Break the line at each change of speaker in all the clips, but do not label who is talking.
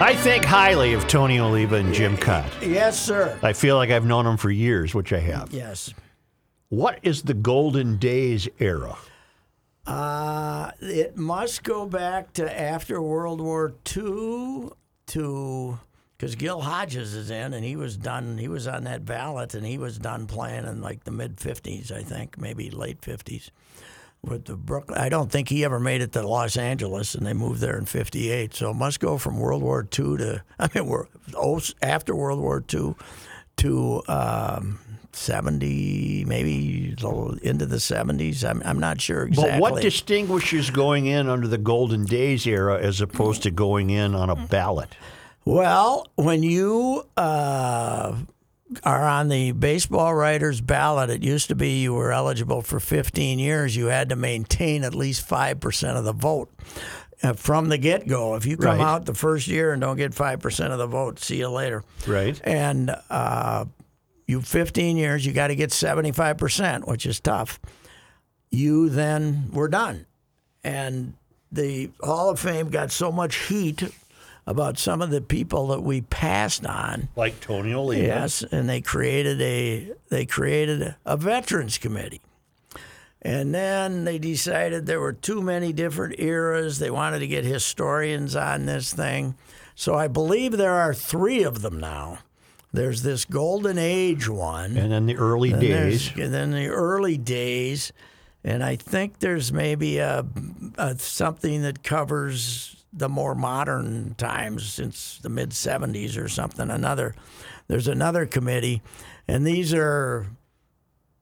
I think highly of Tony Oliva and Jim Cott.
Yes, sir.
I feel like I've known them for years, which I have.
Yes.
What is the Golden Days era?
Uh, it must go back to after World War II to because Gil Hodges is in and he was done. He was on that ballot and he was done playing in like the mid '50s, I think, maybe late '50s. With the Brooklyn, I don't think he ever made it to Los Angeles, and they moved there in '58. So it must go from World War II to I mean, we're, oh, after World War II to um, 70, maybe the- into the 70s. I'm, I'm not sure exactly.
But what distinguishes going in under the Golden Days era as opposed to going in on a ballot?
Well, when you uh, are on the baseball writers ballot, it used to be you were eligible for 15 years. You had to maintain at least 5% of the vote uh, from the get go. If you come
Right.
out the first year and don't get 5% of the vote, see you later.
Right.
And uh, you 15 years, you got to get 75%, which is tough. You then were done. And the Hall of Fame got so much heat about some of the people that we passed on.
Like Tony Oliva.
Yes, and they created a they created a veterans committee. And then they decided there were too many different eras. They wanted to get historians on this thing. So I believe there are 3 of them now. There's this golden age one.
And then the early
And
days.
there's- And then the early days, and I think there's maybe a, a something that covers the more modern times since the mid '70s or something. Another, there's another committee, and these are.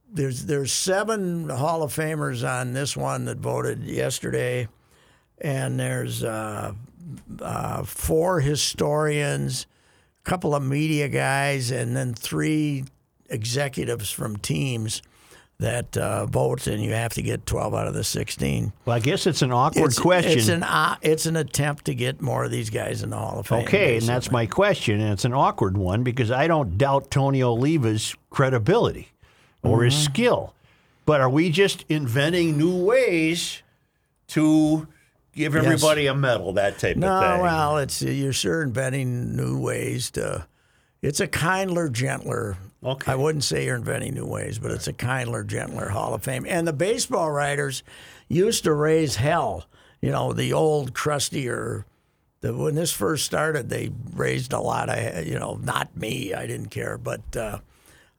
There's there's seven Hall of Famers on this one that voted yesterday, and there's uh, uh, four historians, a couple of media guys, and then three executives from teams that uh, vote, and you have to get 12 out of the 16.
Well, I guess it's an awkward
it's,
question.
It's an uh, it's an attempt to get more of these guys in the Hall of Fame.
okay, and that's
basically.
my question, and it's an awkward one because I don't doubt Tony Oliva's credibility or
Mm-hmm.
his skill. But are we just inventing new ways to give everybody a medal, that type of
no.
thing?
Well, it's you're sure inventing new ways to. It's a kindler, gentler.
Okay.
I wouldn't say you're inventing new ways, but it's a kindler, gentler Hall of Fame. And the baseball writers used to raise hell. You know, the old crustier. The, when this first started, they raised a lot of you know, not me. I didn't care, but uh,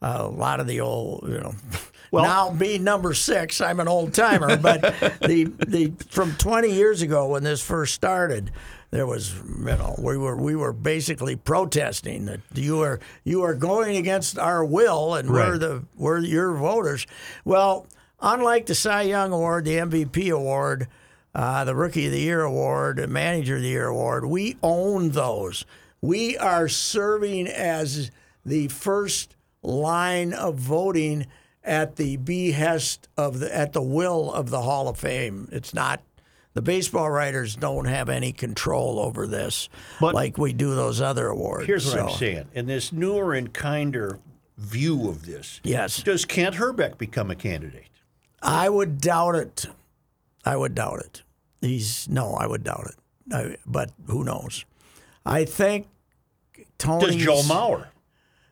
a lot of the old you know.
Well-
now me number six, I'm an old timer, but the the from 20 years ago when this first started, there was you know we were we were basically protesting that you are you are going against our will and we're
Right.
the we're your voters. Well, unlike the Cy Young Award, the MVP Award, uh, the Rookie of the Year Award, the Manager of the Year Award, we own those. We are serving as the first line of voting at the behest of the at the will of the Hall of Fame. It's not. The baseball writers don't have any control over this,
But-
like we do those other awards.
Here's what I'm
So,
saying. In this newer and kinder view of this,
Yes,
does Kent Herbeck become a candidate?
I would doubt it. I would doubt it. He's no, I would doubt it. I, but who knows? I think Tony
Does Joe Mauer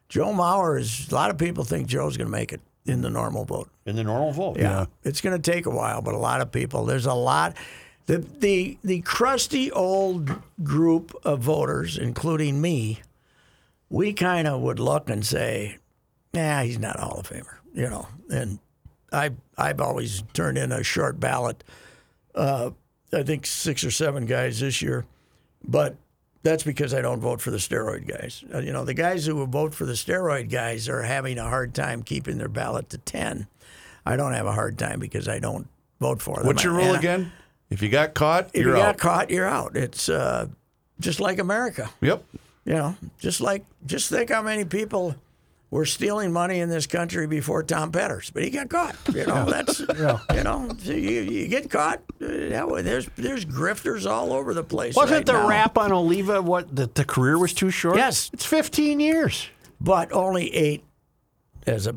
Joe Mauer is. A lot of people think Joe's going to make it in the normal vote.
in the normal vote?
Yeah. It's going to take a while, but a lot of people, there's a lot. The, the, the crusty old group of voters, including me, we kind of would look and say, nah, he's not a Hall of Famer, you know. And I, I've always turned in a short ballot, uh, I think six or seven guys this year, but that's because I don't vote for the steroid guys. Uh, you know, the guys who will vote for the steroid guys are having a hard time keeping their ballot to 10. I don't have a hard time because I don't vote for them.
What's your rule
And I-
again? If you got caught,
If
you're
you got
out.
caught, you're out. It's uh, just like America.
Yep.
You know, just like just think how many people were stealing money in this country before Tom Petters, but he got caught. You know, that's you know, so you, you get caught. uh, That way, there's there's grifters all over the place.
Wasn't
right
the
now.
rap on Oliva what that the career was too short?
Yes.
it's 15 years.
but only eight as a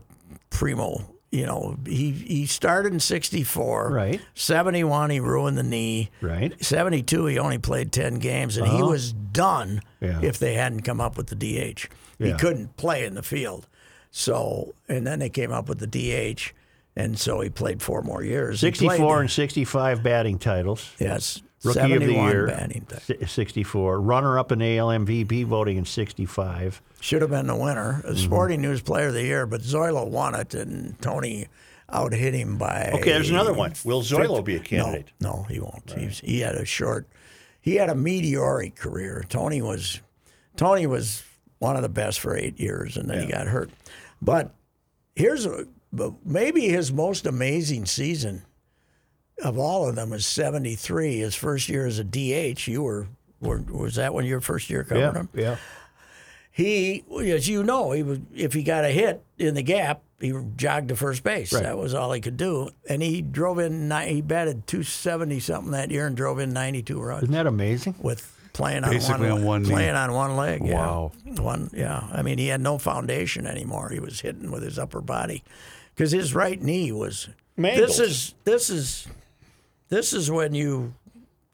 primo. You know, he he started in '64,
Right.
'71, he ruined the knee.
Right. Uh-huh.
72, he only played 10 games, and he was done
Yeah.
if they hadn't come up with the DH. He
Yeah.
couldn't play in the field. So, and then they came up with the DH, and so he played four more years. He played-
64 and 65 batting titles.
yes,
Rookie of the
71
year,
batting.
si- 64. Runner up in AL MVP voting in 65.
Should have been the winner,
Mm-hmm.
a Sporting News Player of the Year, but Zoilo won it, and Tony out hit him by.
Okay, there's another one. Will Zoilo be a candidate?
No, no, he won't. He's, he had a short, he had a meteoric career. Tony was, Tony was one of the best for eight years, and then he got hurt. But here's a, but maybe his most amazing season of all of them is '73. His first year as a DH. You were, were was that when your first year covering him?
yeah.
he, as you know, he was, if he got a hit in the gap, he jogged to first base. That was all he could do, and he drove in. ni- He batted two seventy something that year and drove in ninety two runs
Isn't that amazing?
with playing on
Basically
one,
on one knee.
playing on one leg. yeah.
Wow.
one yeah. I mean, he had no foundation anymore. He was hitting with his upper body because his right knee was. This
Mangled.
is this is this is when you.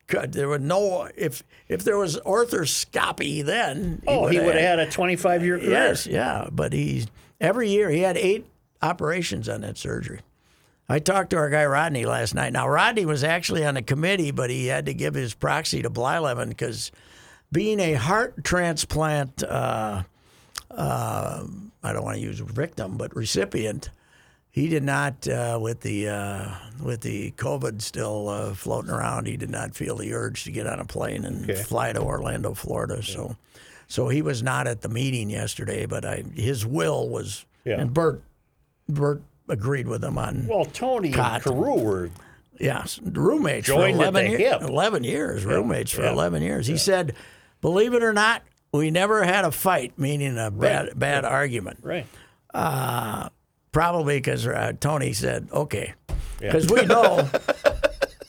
Could, there were no if if there was arthroscopy then. had-
a 25 year career.
Yes, yeah. But he's every year he had eight operations on that surgery. I talked to our guy Rodney last night. Now Rodney was actually on a committee, but he had to give his proxy to Blyleven because being a heart transplant, uh, uh, I don't want to use victim, but recipient. He did not, uh, with the uh, with the COVID still uh, floating around, he did not feel the urge to get on a plane and fly to Orlando, Florida. So, so he was not at the meeting yesterday. But I, his will was,
Yeah.
and Bert, Bert agreed with him on.
Well, Tony and
God.
Carew were.
Yes, roommates
Joined
for
at the
11 years.
hip.
11 years, roommates for 11 years. He said, believe it or not, we never had a fight, meaning a bad, bad argument.
Right.
Probably because uh, Tony said, okay. Because we know.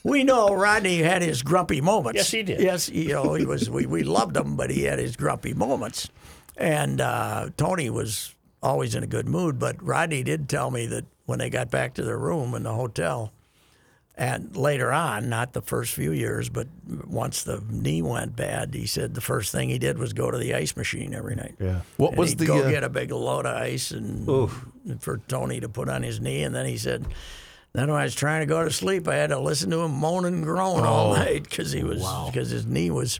We know Rodney had his grumpy moments.
Yes, he did.
Yes, you know he was. We, we loved him, but he had his grumpy moments, and uh, Tony was always in a good mood. But Rodney did tell me that when they got back to their room in the hotel, and later on, not the first few years, but once the knee went bad, he said the first thing he did was go to the ice machine every night.
Yeah.
What
And
was
he'd
the,
go
uh,
get a big load of ice and for Tony to put on his knee, and then he said, "Then when I was trying to go to sleep, I had to listen to him moan and groan all
Oh.
night because he was because his knee was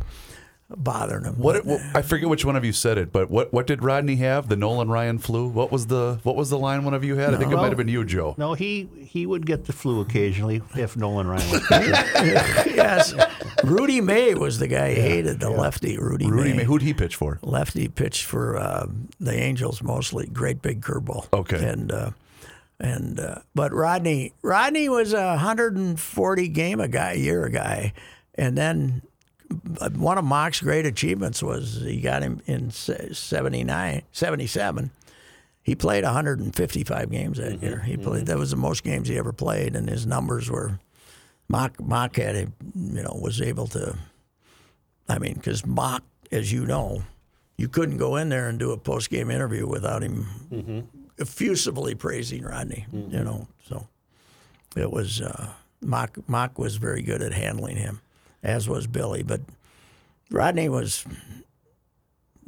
bothering him."
What,
But
it- I forget which one of you said it, but what, what did Rodney have? The Nolan Ryan flu. What was the what was the line one of you had? I think it might have been you, Joe.
No, he he would get the flu occasionally if Nolan Ryan was pitching.
yes, Rudy May was the guy he hated, the lefty Rudy,
Rudy
May.
May. Who'd he pitch for?
lefty pitched for uh, the Angels mostly. Great big curveball.
Okay.
And uh, and uh, but Rodney Rodney was a 140 game a guy year guy, and then uh, one of Mock's great achievements was he got him in se- 79, 77. He played 155 games that year. He played that was the most games he ever played, and his numbers were. Mock Mock had a, you know was able to I mean, because Mock, as you know, you couldn't go in there and do a post game interview without him effusively praising Rodney. You know, so it was uh, Mock. Mock was very good at handling him, as was Billy. But Rodney was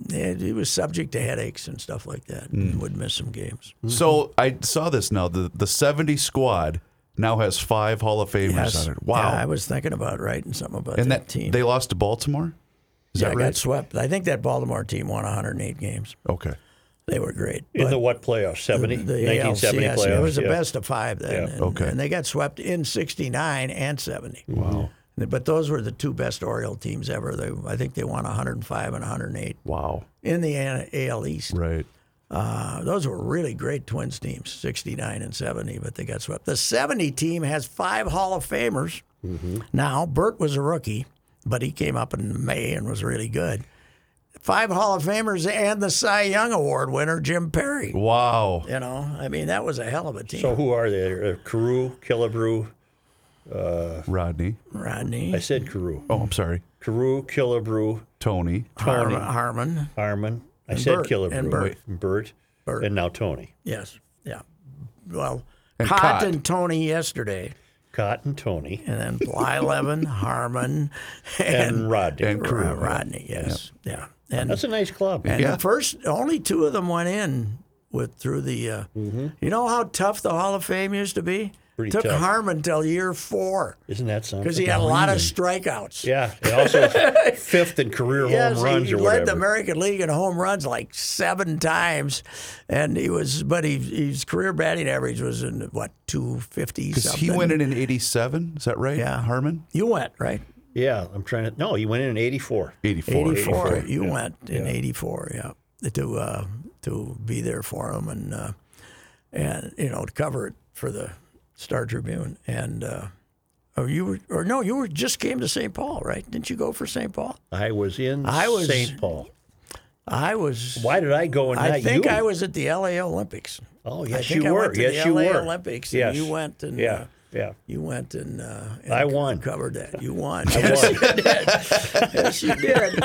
yeah, he was subject to headaches and stuff like that. and Would miss some games.
So I saw this now. The the 70 squad now has five Hall of Famers
Yes.
on it. Wow.
Yeah, I was thinking about writing something about
and
that,
that
team.
they lost to Baltimore? Is
yeah,
that
got
right?
swept. I think that Baltimore team won 108 games.
Okay.
They were great.
In
but-
the what playoff? 70?
the
1970
ALCS.
playoffs.
It was the
yeah.
best of five then.
Yeah.
And,
Okay.
and they got swept in 69 and 70.
Wow.
But those were the two best Oriole teams ever. They, I think they won 105 and 108
Wow.
in the A- AL East.
Right.
Uh, those were really great Twins teams, 69 and 70, but they got swept. The 70 team has five Hall of Famers.
Mm-hmm.
Now, Burt was a rookie, but he came up in May and was really good. Five Hall of Famers and the Cy Young Award winner, Jim Perry.
Wow.
You know, I mean, that was a hell of a team.
So who are they? Uh, Carew, Killebrew.
Rodney.
Rodney.
I said Carew.
Oh, I'm sorry.
Carew, Killebrew,
Tony.
Harmon, Harmon.
Armin. I
And
said
Bert.
Killebrew.
And Bert.
Wait, and Bert.
Bert.
And now Tony.
Yes. Yeah. Well,
And
Cott,
Cott.
and Tony yesterly,
Cotton, Tony,
and then Bly Levin, Harmon, and,
and Rodney.
And
Ro-
Crew.
Rodney. Yes. Yeah. And,
That's a nice club.
and
Yeah.
the first, only two of them went in with through the. Uh, You know how tough the Hall of Fame used to be.
Pretty
Took
tough.
Harmon till year four
Isn't that something?
because he had a lot of strikeouts.
Yeah, and also fifth in career
Yes,
home runs
he
or
led the
whatever.
American League in home runs like seven times, and he was, but he, his career batting average was in what two fifty
Because
something.
he went in in 87. Is that right?
Yeah.
Harmon?
You went right,
yeah, I'm trying to. No, he went in in '84.
84.
eighty four.
84,
You
yeah.
went in eighty four, yeah, to uh, to be there for him and uh, and you know to cover it for the Star Tribune and. Uh, Oh, you were, or no, you were just came to St. Paul, right? Didn't you go for St. Paul?
I was in
I was-
St. Paul.
I was.
Why did I go and
I
not
think
you?
I was at the LA Olympics.
Oh
I
yes,
think
you
I
were.
went to
yes,
the
you
LA
were.
Olympics.
yes,
And you went and
Yeah,
uh,
yeah.
you went and, uh, and
I won.
Covered that. You won.
I
yes,
was.
yes, you did.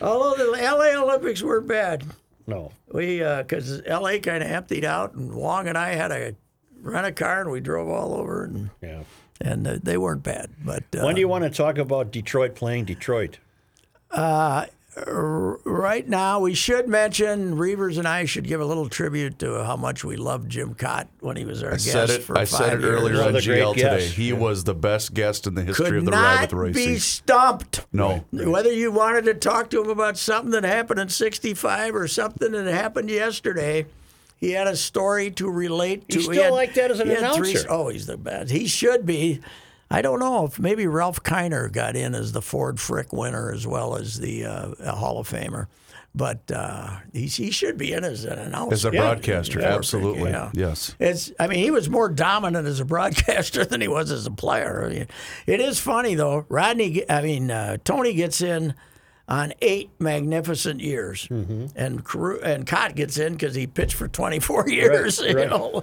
Although the LA Olympics were bad,
no,
we uh, because LA kind of emptied out, and Wong and I had a rent a car and we drove all over, and
yeah.
and uh, they weren't bad. But uh,
When do you want to talk about Detroit playing Detroit?
right now, we should mention Reavers and I should give a little tribute to how much we loved Jim Cott when he was our
I
guest
said it.
for
I said
five
it
years.
earlier on
Another great
GL today.
guest.
He was the best guest in the history
Could
of the ride
not
with racing.
be stumped.
no.
Whether you wanted to talk to him about something that happened in 65 or something that happened yesterday, he had a story to relate to.
He's
He
still
had-
like that as an
he had three-
announcer.
oh, he's the best. He should be. I don't know if maybe Ralph Kiner got in as the Ford Frick winner as well as the uh, Hall of Famer. But uh, he, he should be in as an announcer.
As a broadcaster,
Yeah.
absolutely.
Yeah.
Yes.
It's, I mean, he was more dominant as a broadcaster than he was as a player. It is funny though. Rodney, I mean, uh, Tony gets in on eight magnificent years,
Mm-hmm.
and Carew, and Cott gets in because he pitched for 24 years, you
right.
know,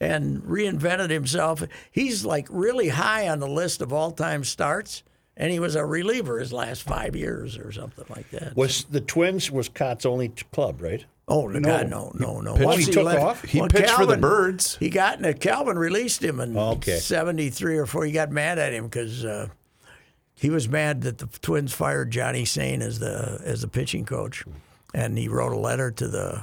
and reinvented himself. He's like really high on the list of all-time starts, and he was a reliever his last five years or something like that.
Was the Twins was Cott's only t- club, right?
Oh no, God, no, no, no!
pitched-
Once
he took
off?
He pitched for the Birds.
He got in a Calvin released him in
Okay.
'73 or four. He got mad at him because uh, he was mad that the Twins fired Johnny Sane as the as the pitching coach, and he wrote a letter to the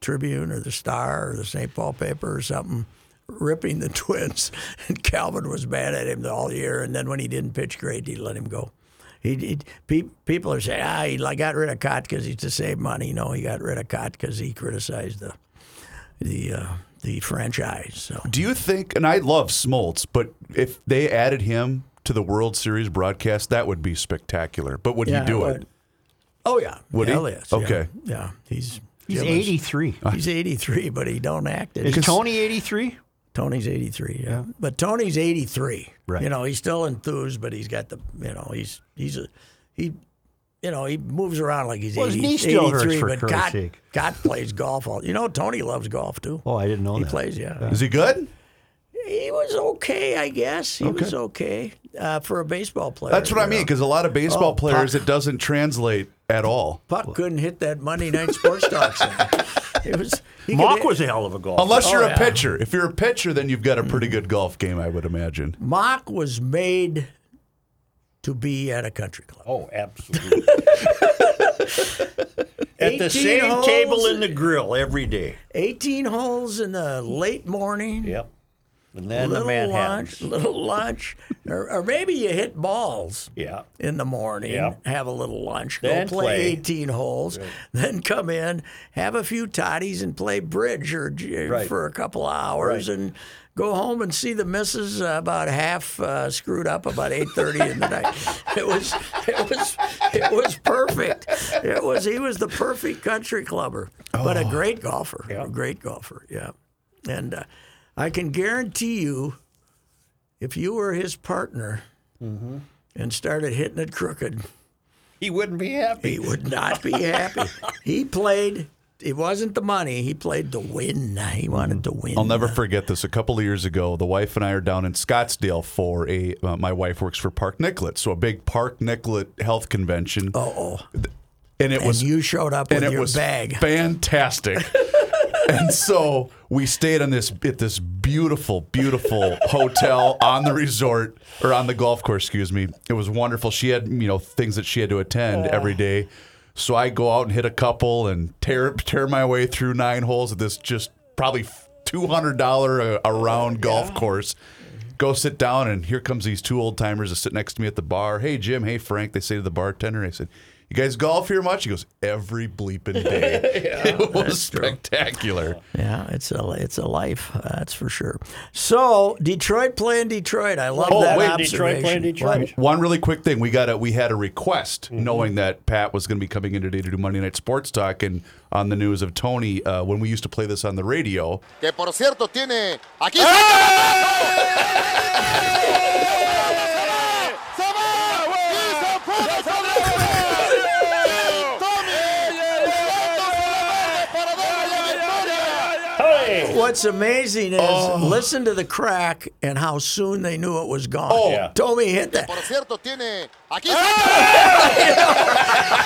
Tribune or the Star or the St. Paul paper or something. Ripping the twins, and Calvin was mad at him all year. And then when he didn't pitch great, he let him go. He, he pe- people are saying, ah, he like, got rid of Cott because he's to save money. No, he got rid of Cott because he criticized the the uh, the franchise. So
Do you think? And I love Smoltz, but if they added him to the World Series broadcast, that would be spectacular. But would
Yeah,
he do
it
it?
would. oh yeah,
Would he?
Hell yes, yeah.
Okay.
yeah, he's
He's
Jim is-
83.
He's 83, but he don't act it.
Is Tony 83?
Tony's 83, yeah. But Tony's 83.
Right.
You know, he's still enthused, but he's got the, you know, he's he's a he, you know, he moves around like he's
Well, his
80,
knee still hurts
83.
for
but
Christ's
God,
sake.
God plays golf. All you know, Tony loves golf too.
Oh, I didn't know
he
that.
plays, yeah.
Is he good?
He was okay, I guess. He was okay uh, for a baseball player.
That's what I
you
mean.
know.
Because a lot of baseball
Oh,
players, it doesn't translate at all.
Puck couldn't hit that Monday night sports talk. Center. It was he could
Mock
hit-
was a hell of a golfer.
Unless you're
Oh,
a
yeah.
pitcher. If you're a pitcher, then you've got a pretty good golf game, I would imagine.
Mock was made to be at a country club.
Oh, absolutely. At the
18
same
holes.
table in the grill every day.
18 holes in the late morning.
Yep. And then the
little
Manhattan.
lunch, little lunch, or, or maybe you hit balls
Yeah.
in the morning,
Yeah.
have a little lunch,
Then
go play,
play.
18 holes, then come in, have a few toddies and play bridge or j- uh,
Right.
for a couple of hours and go home and see the missus uh, about half uh, screwed up about 8.30 in the night. It was, it was, it was perfect. It was, he was the perfect country clubber, but
Oh.
a great golfer, a great golfer. Yeah. And uh, I can guarantee you, if you were his partner and started hitting it crooked,
Mm-hmm. He wouldn't be happy.
he would not be happy. he played. It wasn't the money. He played to win. He wanted to win.
I'll never forget this. A couple of years ago, the wife and I are down in Scottsdale for a. Uh, my wife works for Park Nicollet, so a big Park Nicollet health convention.
Oh,
and it
and
was
you showed up with
and it
your
was
bag.
fantastic. and so we stayed on this at this beautiful, beautiful hotel on the resort or on the golf course. Excuse me. It was wonderful. She had you know things that she had to attend every day. So I go out and hit a couple and tear tear my way through nine holes at this just probably two hundred dollar uh, a, a round golf course. Go sit down, and here comes these two old timers that sit next to me at the bar. Hey Jim, hey Frank. They say to the bartender, I said, "You guys golf here much?" He goes, "Every bleeping day." it was spectacular.
Yeah, it's a it's a life. uh, That's for sure. So Detroit playing Detroit. I love that
Oh, wait,
observation.
Detroit playing Detroit.
One really quick thing, we got a we had a request,
Mm-hmm.
knowing that Pat was going to be coming in today to do Monday Night Sports Talk, and on the news of Tony uh, when we used to play this on the radio.
que por cierto tiene aquí se va y se puede salir Tommy levántase la mano para darle la victoria
What's amazing is
Oh.
listen to the crack and how soon they knew it was gone.
Oh.
Yeah.
Tommy hit that.
por cierto tiene aquí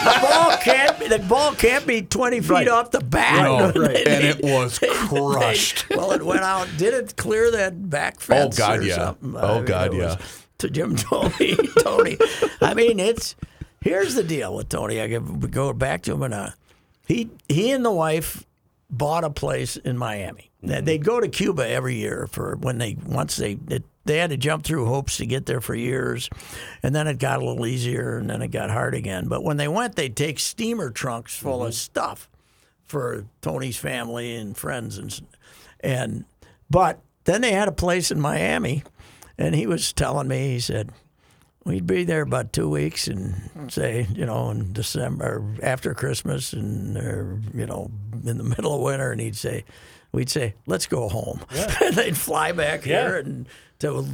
The ball can't be, the ball can't be 20 feet off the bat.
No,
They-
and it was
they-
crushed.
they- well, it went out. Did it clear that back fence?
God,
or
yeah.
something?
Oh,
it
God,
was-
yeah.
To Jim Tony, Tony. I mean, it's here's the deal with Tony. I could go back to him and uh, he he and the wife bought a place in Miami. They-
Mm-hmm.
They'd go to Cuba every year for when they once they it, they had to jump through hoops to get there for years, and then it got a little easier, and then it got hard again. But when they went, they'd take steamer trunks full of
Mm-hmm.
stuff for Tony's family and friends and s- and but then they had a place in Miami, and he was telling me he said we'd be there about two weeks and say you know in december after christmas and or, you know in the middle of winter and he'd say we'd say let's go home and they'd fly back here and to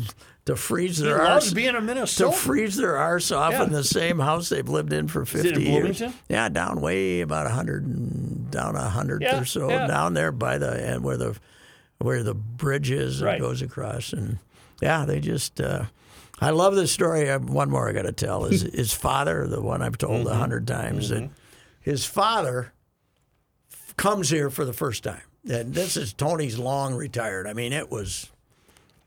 to freeze
He
their arse
loves being a
to
Minnesota.
freeze their arse off
Yeah.
in the same house they've lived in for 50
it in
years.
Bloomington?
Yeah, down way about 100 and down 100
Yeah,
or so
yeah.
down there by the and where the where the bridge is
Right.
that goes across and yeah, they just uh, I love this story. Uh, One more I got to tell is his father, the one I've told
Mm-hmm.
a 100 times that his father f- comes here for the first time. And this is Tony's long retired. I mean, it was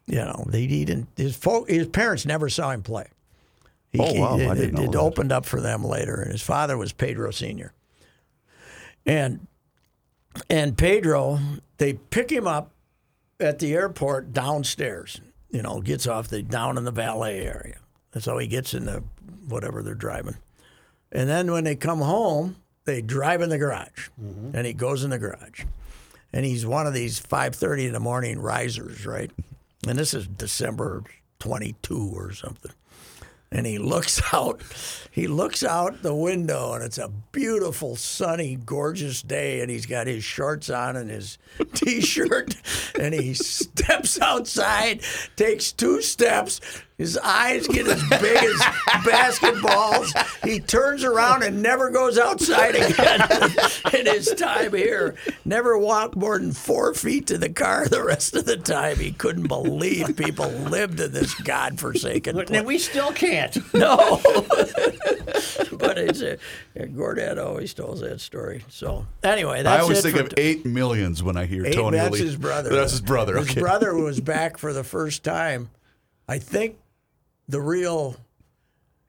you know, they he didn't. His fo- his parents never saw him play. He,
Oh, wow,
It,
I didn't
it-
know
it
that.
opened up for them later, and his father was Pedro Senior. And and Pedro, they pick him up at the airport downstairs. You know, gets off the down in the valet area. That's how he gets in the whatever they're driving. And then when they come home, they drive in the garage, and he goes in the garage and he's one of these 5.30 in the morning risers right and this is december 22 or something and he looks out he looks out the window and it's a beautiful sunny gorgeous day and he's got his shorts on and his t-shirt and he steps outside takes two steps his eyes get as big as basketballs he turns around and never goes outside again in his time here never walked more than four feet to the car the rest of the time he couldn't believe people lived in this godforsaken place
And we still can't.
no. but it's uh, Gordad always tells that story. So anyway, that's
I always
it
think
for
of eight millions when I hear
Eight-
Tony.
That's
Lee-
his brother.
That's his brother.
His
okay.
brother was back for the first time. I think the real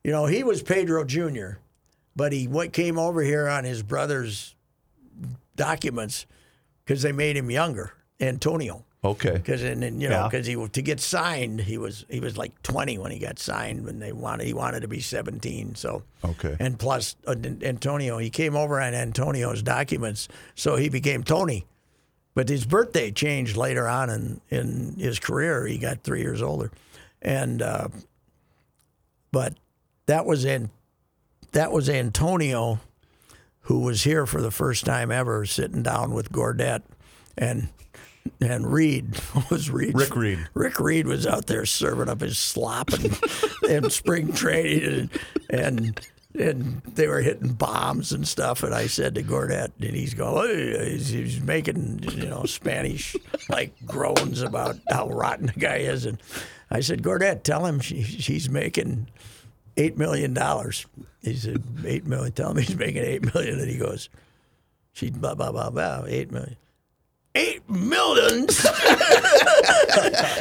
you know, he was Pedro Jr., but he what came over here on his brother's documents because they made him younger, Antonio.
Okay.
Because and, and you know,
Yeah.
because he to get signed, he was he was like 20 when he got signed, when they wanted he wanted to be 17. So
Okay.
and plus uh, N- Antonio, he came over on Antonio's documents, so he became Tony. But his birthday changed later on in in his career. He got three years older, and uh, but that was in that was Antonio, who was here for the first time ever, sitting down with Gordette, and and Reed was Reed
Rick Reed.
Rick Reed was out there serving up his slop and, and spring training and, and and they were hitting bombs and stuff. And I said to Gordette, and he's going, "Hey," he's, he's making you know Spanish like groans about how rotten the guy is. And I said, Gordette, tell him she, she's making eight million dollars. He said, eight million. Tell him he's making eight million. And he goes, she blah blah blah blah eight million. Eight million.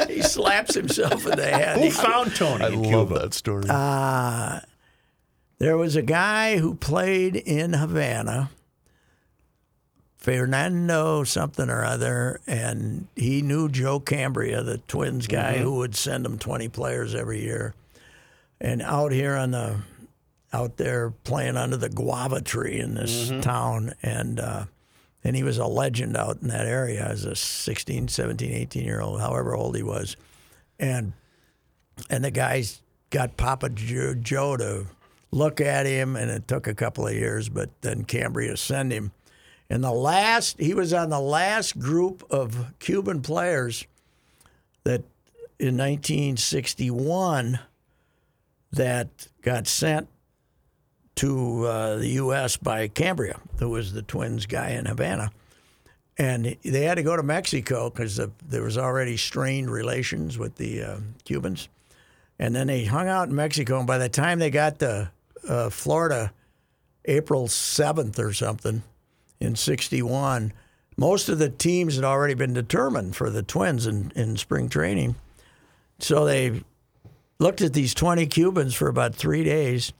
he slaps himself in the head.
Who
He-
found Tony?
I
in
love
Cuba?
that story.
Ah, There was a guy who played in Havana, Fernando something or other, and he knew Joe Cambria, the Twins guy who would send him 20 players every year. And out here on the, out there playing under the guava tree in this town, and uh, and he was a legend out in that area as a 16, 17, 18 year old, however old he was, and and the guys got Papa Joe, Joe to look at him, and it took a couple of years, but then Cambria sent him. And the last, he was on the last group of Cuban players that in 1961 that got sent to uh, the U.S. by Cambria, who was the Twins guy in Havana. And they had to go to Mexico because the, there was already strained relations with the uh, Cubans. And then they hung out in Mexico. And by the time they got to uh, Florida, April 7th or something in 61, most of the teams had already been determined for the Twins in, in spring training. So they looked at these 20 Cubans for about three days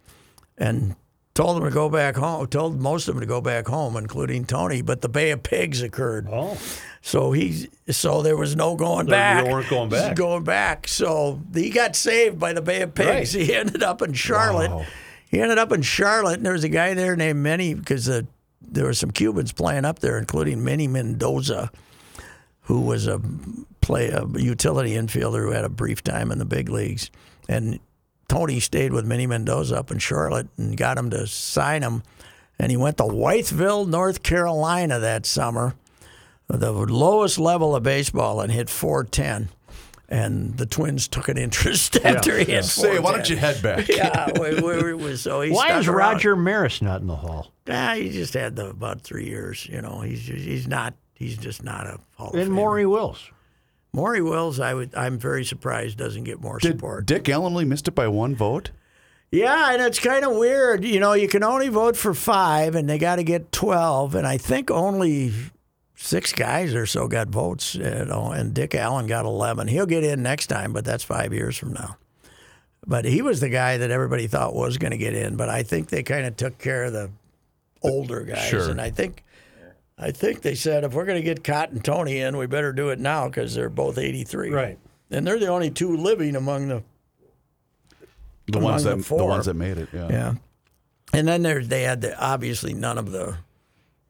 and told them to go back home, told most of them to go back home, including Tony. But the Bay of Pigs occurred.
Oh,
So he, so there was no going
There-
back.
there weren't going
Just
back.
Going back. So he got saved by the Bay of Pigs. He ended up in Charlotte. He ended up in Charlotte, and there was a guy there named Minnie because the, there were some Cubans playing up there, including Minnie Mendoza, who was a play a utility infielder who had a brief time in the big leagues. And Tony stayed with Minnie Mendoza up in Charlotte and got him to sign him. And he went to Whiteville, North Carolina that summer the lowest level of baseball and hit 410. And the Twins took an interest after he hit 410.
Say, why don't you head back?
yeah, we, we, we, so he
why
stuck
is
around.
Roger Maris not in the hall?
Ah, he just had the, about three years. You know, he's just, he's not he's just not a Hall of
And
Famer.
Maury Wills.
Maury Wills, I would I'm very surprised doesn't get more
Did
support.
Dick Allenly missed it by one vote?
Yeah, and it's kind of weird. You know, you can only vote for five, and they got to get twelve, and I think only six guys or so got votes. You know, and Dick Allen got eleven. He'll get in next time, but that's five years from now. But he was the guy that everybody thought was going to get in. But I think they kind of took care of the older guys,
Sure.
and I think. I think they said if we're going to get Cotton Tony in, we better do it now because they're both 83.
Right.
And they're the only two living among the
The
Among
ones
the
that the
four.
ones that made it. Yeah.
yeah. And then there they had the, obviously none of the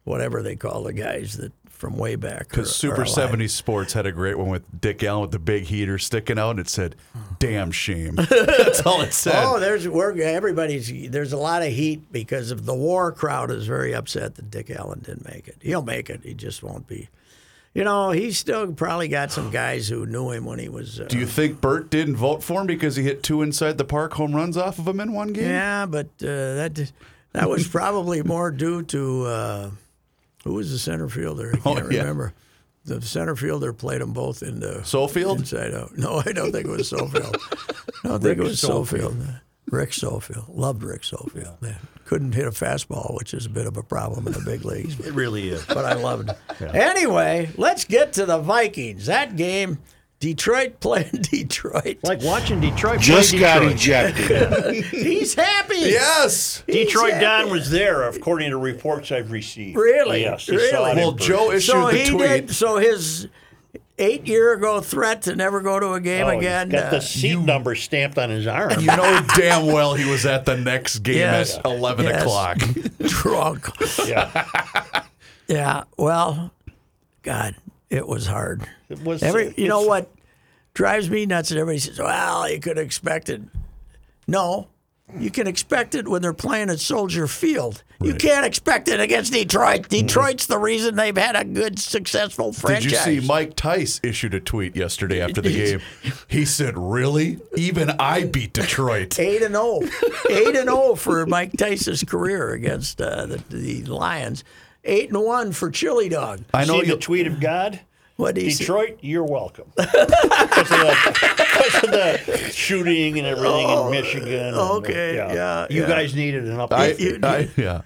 whatever they call the guys that from way back. are-
Because
are
Super
alive.
70 Sports had a great one with Dick Allen with the big heater sticking out, and it said, damn shame. That's all it said.
Oh, there's we're, everybody's there's a lot of heat because of the war crowd is very upset that Dick Allen didn't make it. He'll make it. He just won't be. You know, he's still probably got some guys who knew him when he was. Uh,
Do you think Bert didn't vote for him because he hit two inside the park home runs off of him in one game?
Yeah, but uh, that that was probably more due to uh, who was the center fielder? I can't
yeah.
remember. The center fielder played them both in the
Sofield?
Inside out. No, I don't think it was Sofield. I don't think it was Sofield. Rick Sofield. Loved Rick Sofield. Man. Couldn't hit a fastball, which is a bit of a problem in the big leagues.
It really is.
But I loved it. Anyway, let's get to the Vikings. That game Detroit playing Detroit.
Like watching Detroit.
Just
play
got
Detroit.
ejected.
He's happy.
Yes.
Detroit
He's
Don was there, according to reports I've received.
Really?
Yes. he
Really?
saw it in
Well,
person.
Joe issued
So
the
he
tweet.
did. So his eight year ago threat to never go to a game
Oh, he's
again.
got
uh,
the seat number stamped on his arm.
You know damn well he was at the next game
Yes.
at 11
Yes.
o'clock.
drunk.
yeah.
yeah. Well, God, it was hard.
It was-
Every, you know
it's-
what drives me nuts? And everybody says, "Well, you could expect it." No, you can expect it when they're playing at Soldier Field. You can't expect it against Detroit.
Mm-hmm.
Detroit's the reason they've had a good, successful
Did
franchise.
you see Mike Tice issued a tweet yesterday after the game? He said, Really? Even I beat Detroit.
Eight and zero, eight and zero for Mike Tice's career against uh, the, the Lions. Eight and one for Chili Dog.
I know
See the
you.
tweet of God.
What do you say?
Detroit, you're welcome. because, of the, 'cause of the shooting and everything in Michigan. and, uh,
okay, yeah,
You
yeah.
guys needed an update.
I,
you-
I- yeah.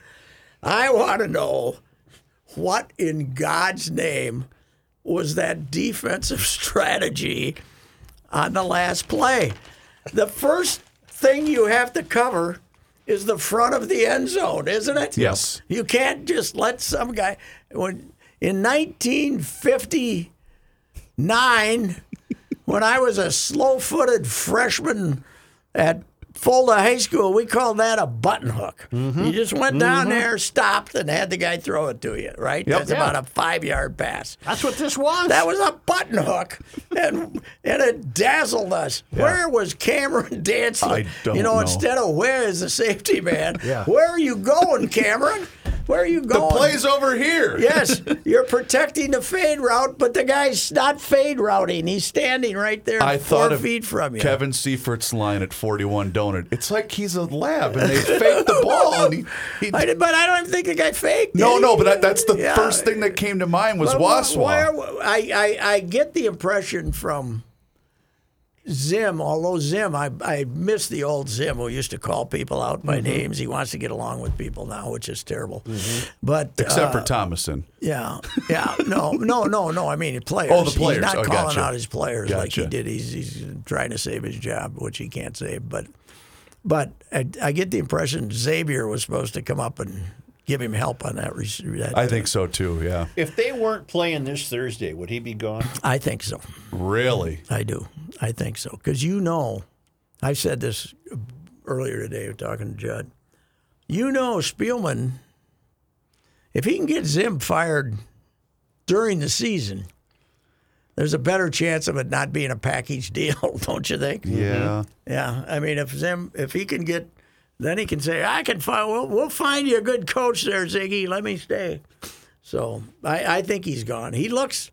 I want to know what in God's name was that defensive strategy on the last play? The first thing you have to cover is the front of the end zone, isn't it?
Yes.
You can't just let some guy when in 1959 when I was a slow-footed freshman at Folda High School, we called that a button hook.
Mm-hmm.
You just went down there, stopped, and had the guy throw it to you, right? That's
Yeah.
about a five-yard pass.
That's what this was.
That was a button hook, and and it dazzled us. Where was Cameron Dantzler?
I don't
you know,
know.
instead of where is the safety man?
Yeah.
Where are you going, Cameron? Where are you
The
going?
play's over here.
yes, you're protecting the fade route, but the guy's not fade routing. He's standing right there,
I
four
thought of
feet from you.
Kevin Seifert's line at 41 Donut. It's like he's a lab and they fake the ball. And he, he,
Oh, I did- but I don't even think the guy faked.
no,
it.
no, but I, that's the
Yeah.
first thing that came to mind was
But why-
Waswa.
why- I, I, I get the impression from Zim, although Zim, I, I miss the old Zim who used to call people out by
Mm-hmm.
names. He wants to get along with people now, which is terrible. But uh,
Mm-hmm. Except for Thomason.
yeah, yeah, no, no, no, no. I mean, the players.
Oh, the players.
He's not
Oh,
calling
gotcha.
out his players like he
Gotcha.
did. He's, he's trying to save his job, which he can't save. But, but I, I get the impression Xavier was supposed to come up and give him help on that. rec- that
I think so too, yeah.
if they weren't playing this Thursday, would he be gone?
I think so.
Really?
I do. I think so. Because you know, I said this earlier today talking to Judd. You know, Spielman, if he can get Zim fired during the season, there's a better chance of it not being a package deal, don't you think?
Yeah.
Yeah, I mean, if Zim, if he can get, then he can say, "I can find. We'll, we'll find you a good coach there, Ziggy. Let me stay." So I, I think he's gone. He looks,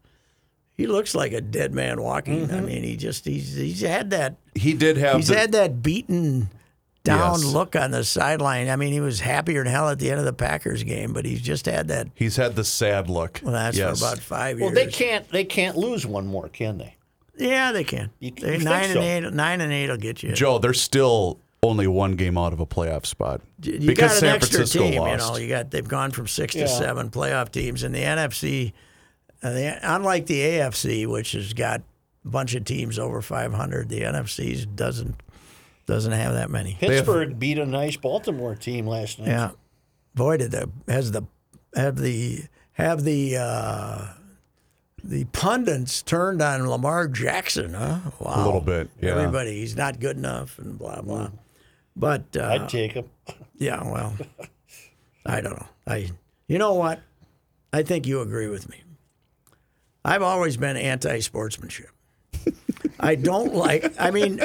he looks like a dead man walking. I mean, he just he's he's had that
He did have
he's
Mm-hmm. the,
had that beaten down
Yes.
look on the sideline. I mean, he was happier than hell at the end of the Packers game, but he's just had that.
he's had the sad look.
Well, that's
yes.
for about five
Well,
years.
they can't. They can't lose one more, can they?
Yeah, they can.
You-
They-
you think
nine and
so?
eight, nine and eight will get you.
Joe, they're still only one game out of a playoff spot.
you
because
got an
San
extra
Francisco
team,
lost.
You know, you got they've gone from six
Yeah.
to seven playoff teams, and the NFC, uh, the, unlike the AFC, which has got a bunch of teams over five hundred, the NFC doesn't doesn't have that many.
have-
Pittsburgh beat a nice Baltimore team last night.
Yeah, boy, did the has the have the have the uh, the pundits turned on Lamar Jackson? Huh? Wow,
A little bit. Yeah.
Everybody, he's not good enough, and blah blah. But uh,
I'd take him.
Yeah, well, I don't know. I, you know what? I think you agree with me. I've always been anti-sportsmanship. I don't like. I mean,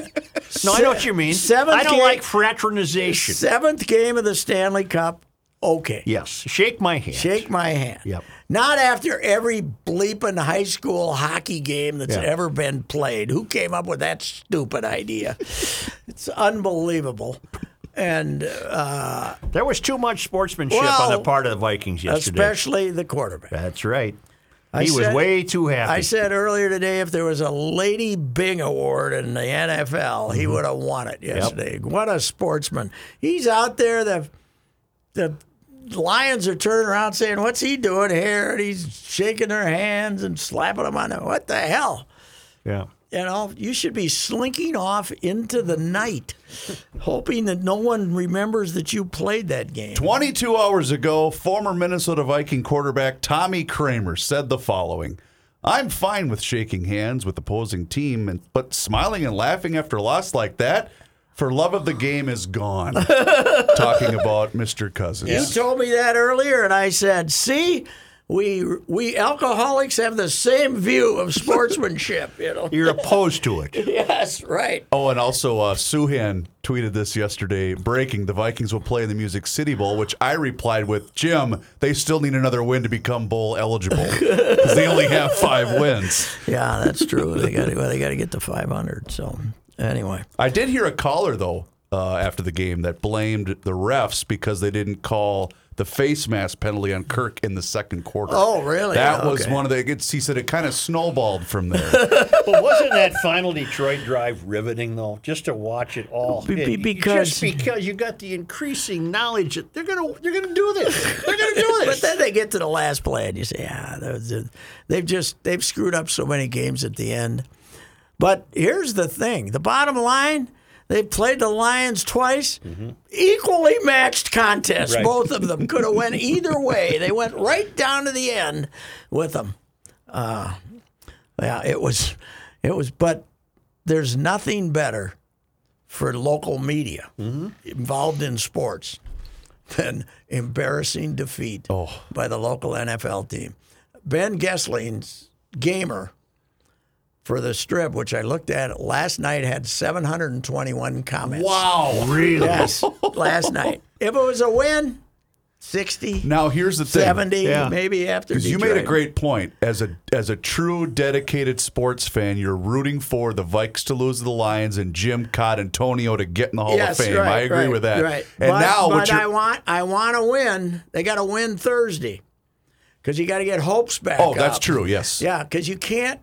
No, I know what you mean.
Seventh
I don't
game,
like fraternization.
seventh game of the Stanley Cup. Okay,
Yes, shake my hand.
shake my hand.
Yep.
Not after every bleeping high school hockey game that's
Yeah.
ever been played. Who came up with that stupid idea? it's unbelievable. And uh,
There was too much sportsmanship on
Well,
the part of the Vikings yesterday.
especially the quarterback.
That's right. he was
said-
way too happy.
I said earlier today if there was a Lady Bing award in the NFL, he would have won it yesterday. What a sportsman. He's out there the the Lions are turning around saying, "What's he doing here?" and he's shaking their hands and slapping them on the what the hell?
yeah.
You know, you should be slinking off into the night, hoping that no one remembers that you played that game.
22 hours ago, former Minnesota Viking quarterback Tommy Kramer said the following I'm fine with shaking hands with opposing team, and, but smiling and laughing after a loss like that, for love of the game, is gone. Talking about Mr. Cousins.
You told me that earlier, and I said, "See, we we alcoholics have the same view of sportsmanship." You know.
You're opposed to it.
yes, right.
Oh, and also uh, Suhan tweeted this yesterday. Breaking: The Vikings will play in the Music City Bowl, which I replied with, "Jim, they still need another win to become bowl eligible because they only have five wins."
Yeah, that's true. they got well, they got to get to five hundred. So anyway,
I did hear a caller though uh, after the game that blamed the refs because they didn't call the face mask penalty on Kirk in the second quarter.
Oh, really?
That
Yeah,
was
okay.
one of the. It's, he said it kind of snowballed from there.
but wasn't that final Detroit drive riveting though? Just to watch it all.
Be- be-
It-
because-
just because you got the increasing knowledge that they're gonna they're gonna do this. They're gonna do
but
this.
then they get to the last play, and you say, "Ah, that was it." they've just they've screwed up so many games at the end." But here's the thing: the bottom line. They played the Lions twice, equally matched contests.
Right.
Both of them could have went either way. They went right down to the end with them. Uh, yeah, it was, it was. But there's nothing better for local media involved in sports than embarrassing defeat
Oh.
by the local NFL team. Ben Gessling's gamer for the strip, which I looked at last night, had 721 comments.
wow, really?
Yes, last night. If it was a win, 60,
Now here's the thing.
70,
Yeah.
maybe after.
Because you made a
Detroit.
great point. As a as a true dedicated sports fan, you're rooting for the Vikes to lose to the Lions and Jim Cod Antonio to get in the Hall
yes,
of Fame.
Right,
I agree
right,
with that.
Right.
And
but,
now
but
what
I
you're
want I want to win. They got to win Thursday because you got to get hopes back.
Oh, that's
up.
true, yes.
Yeah, because you can't.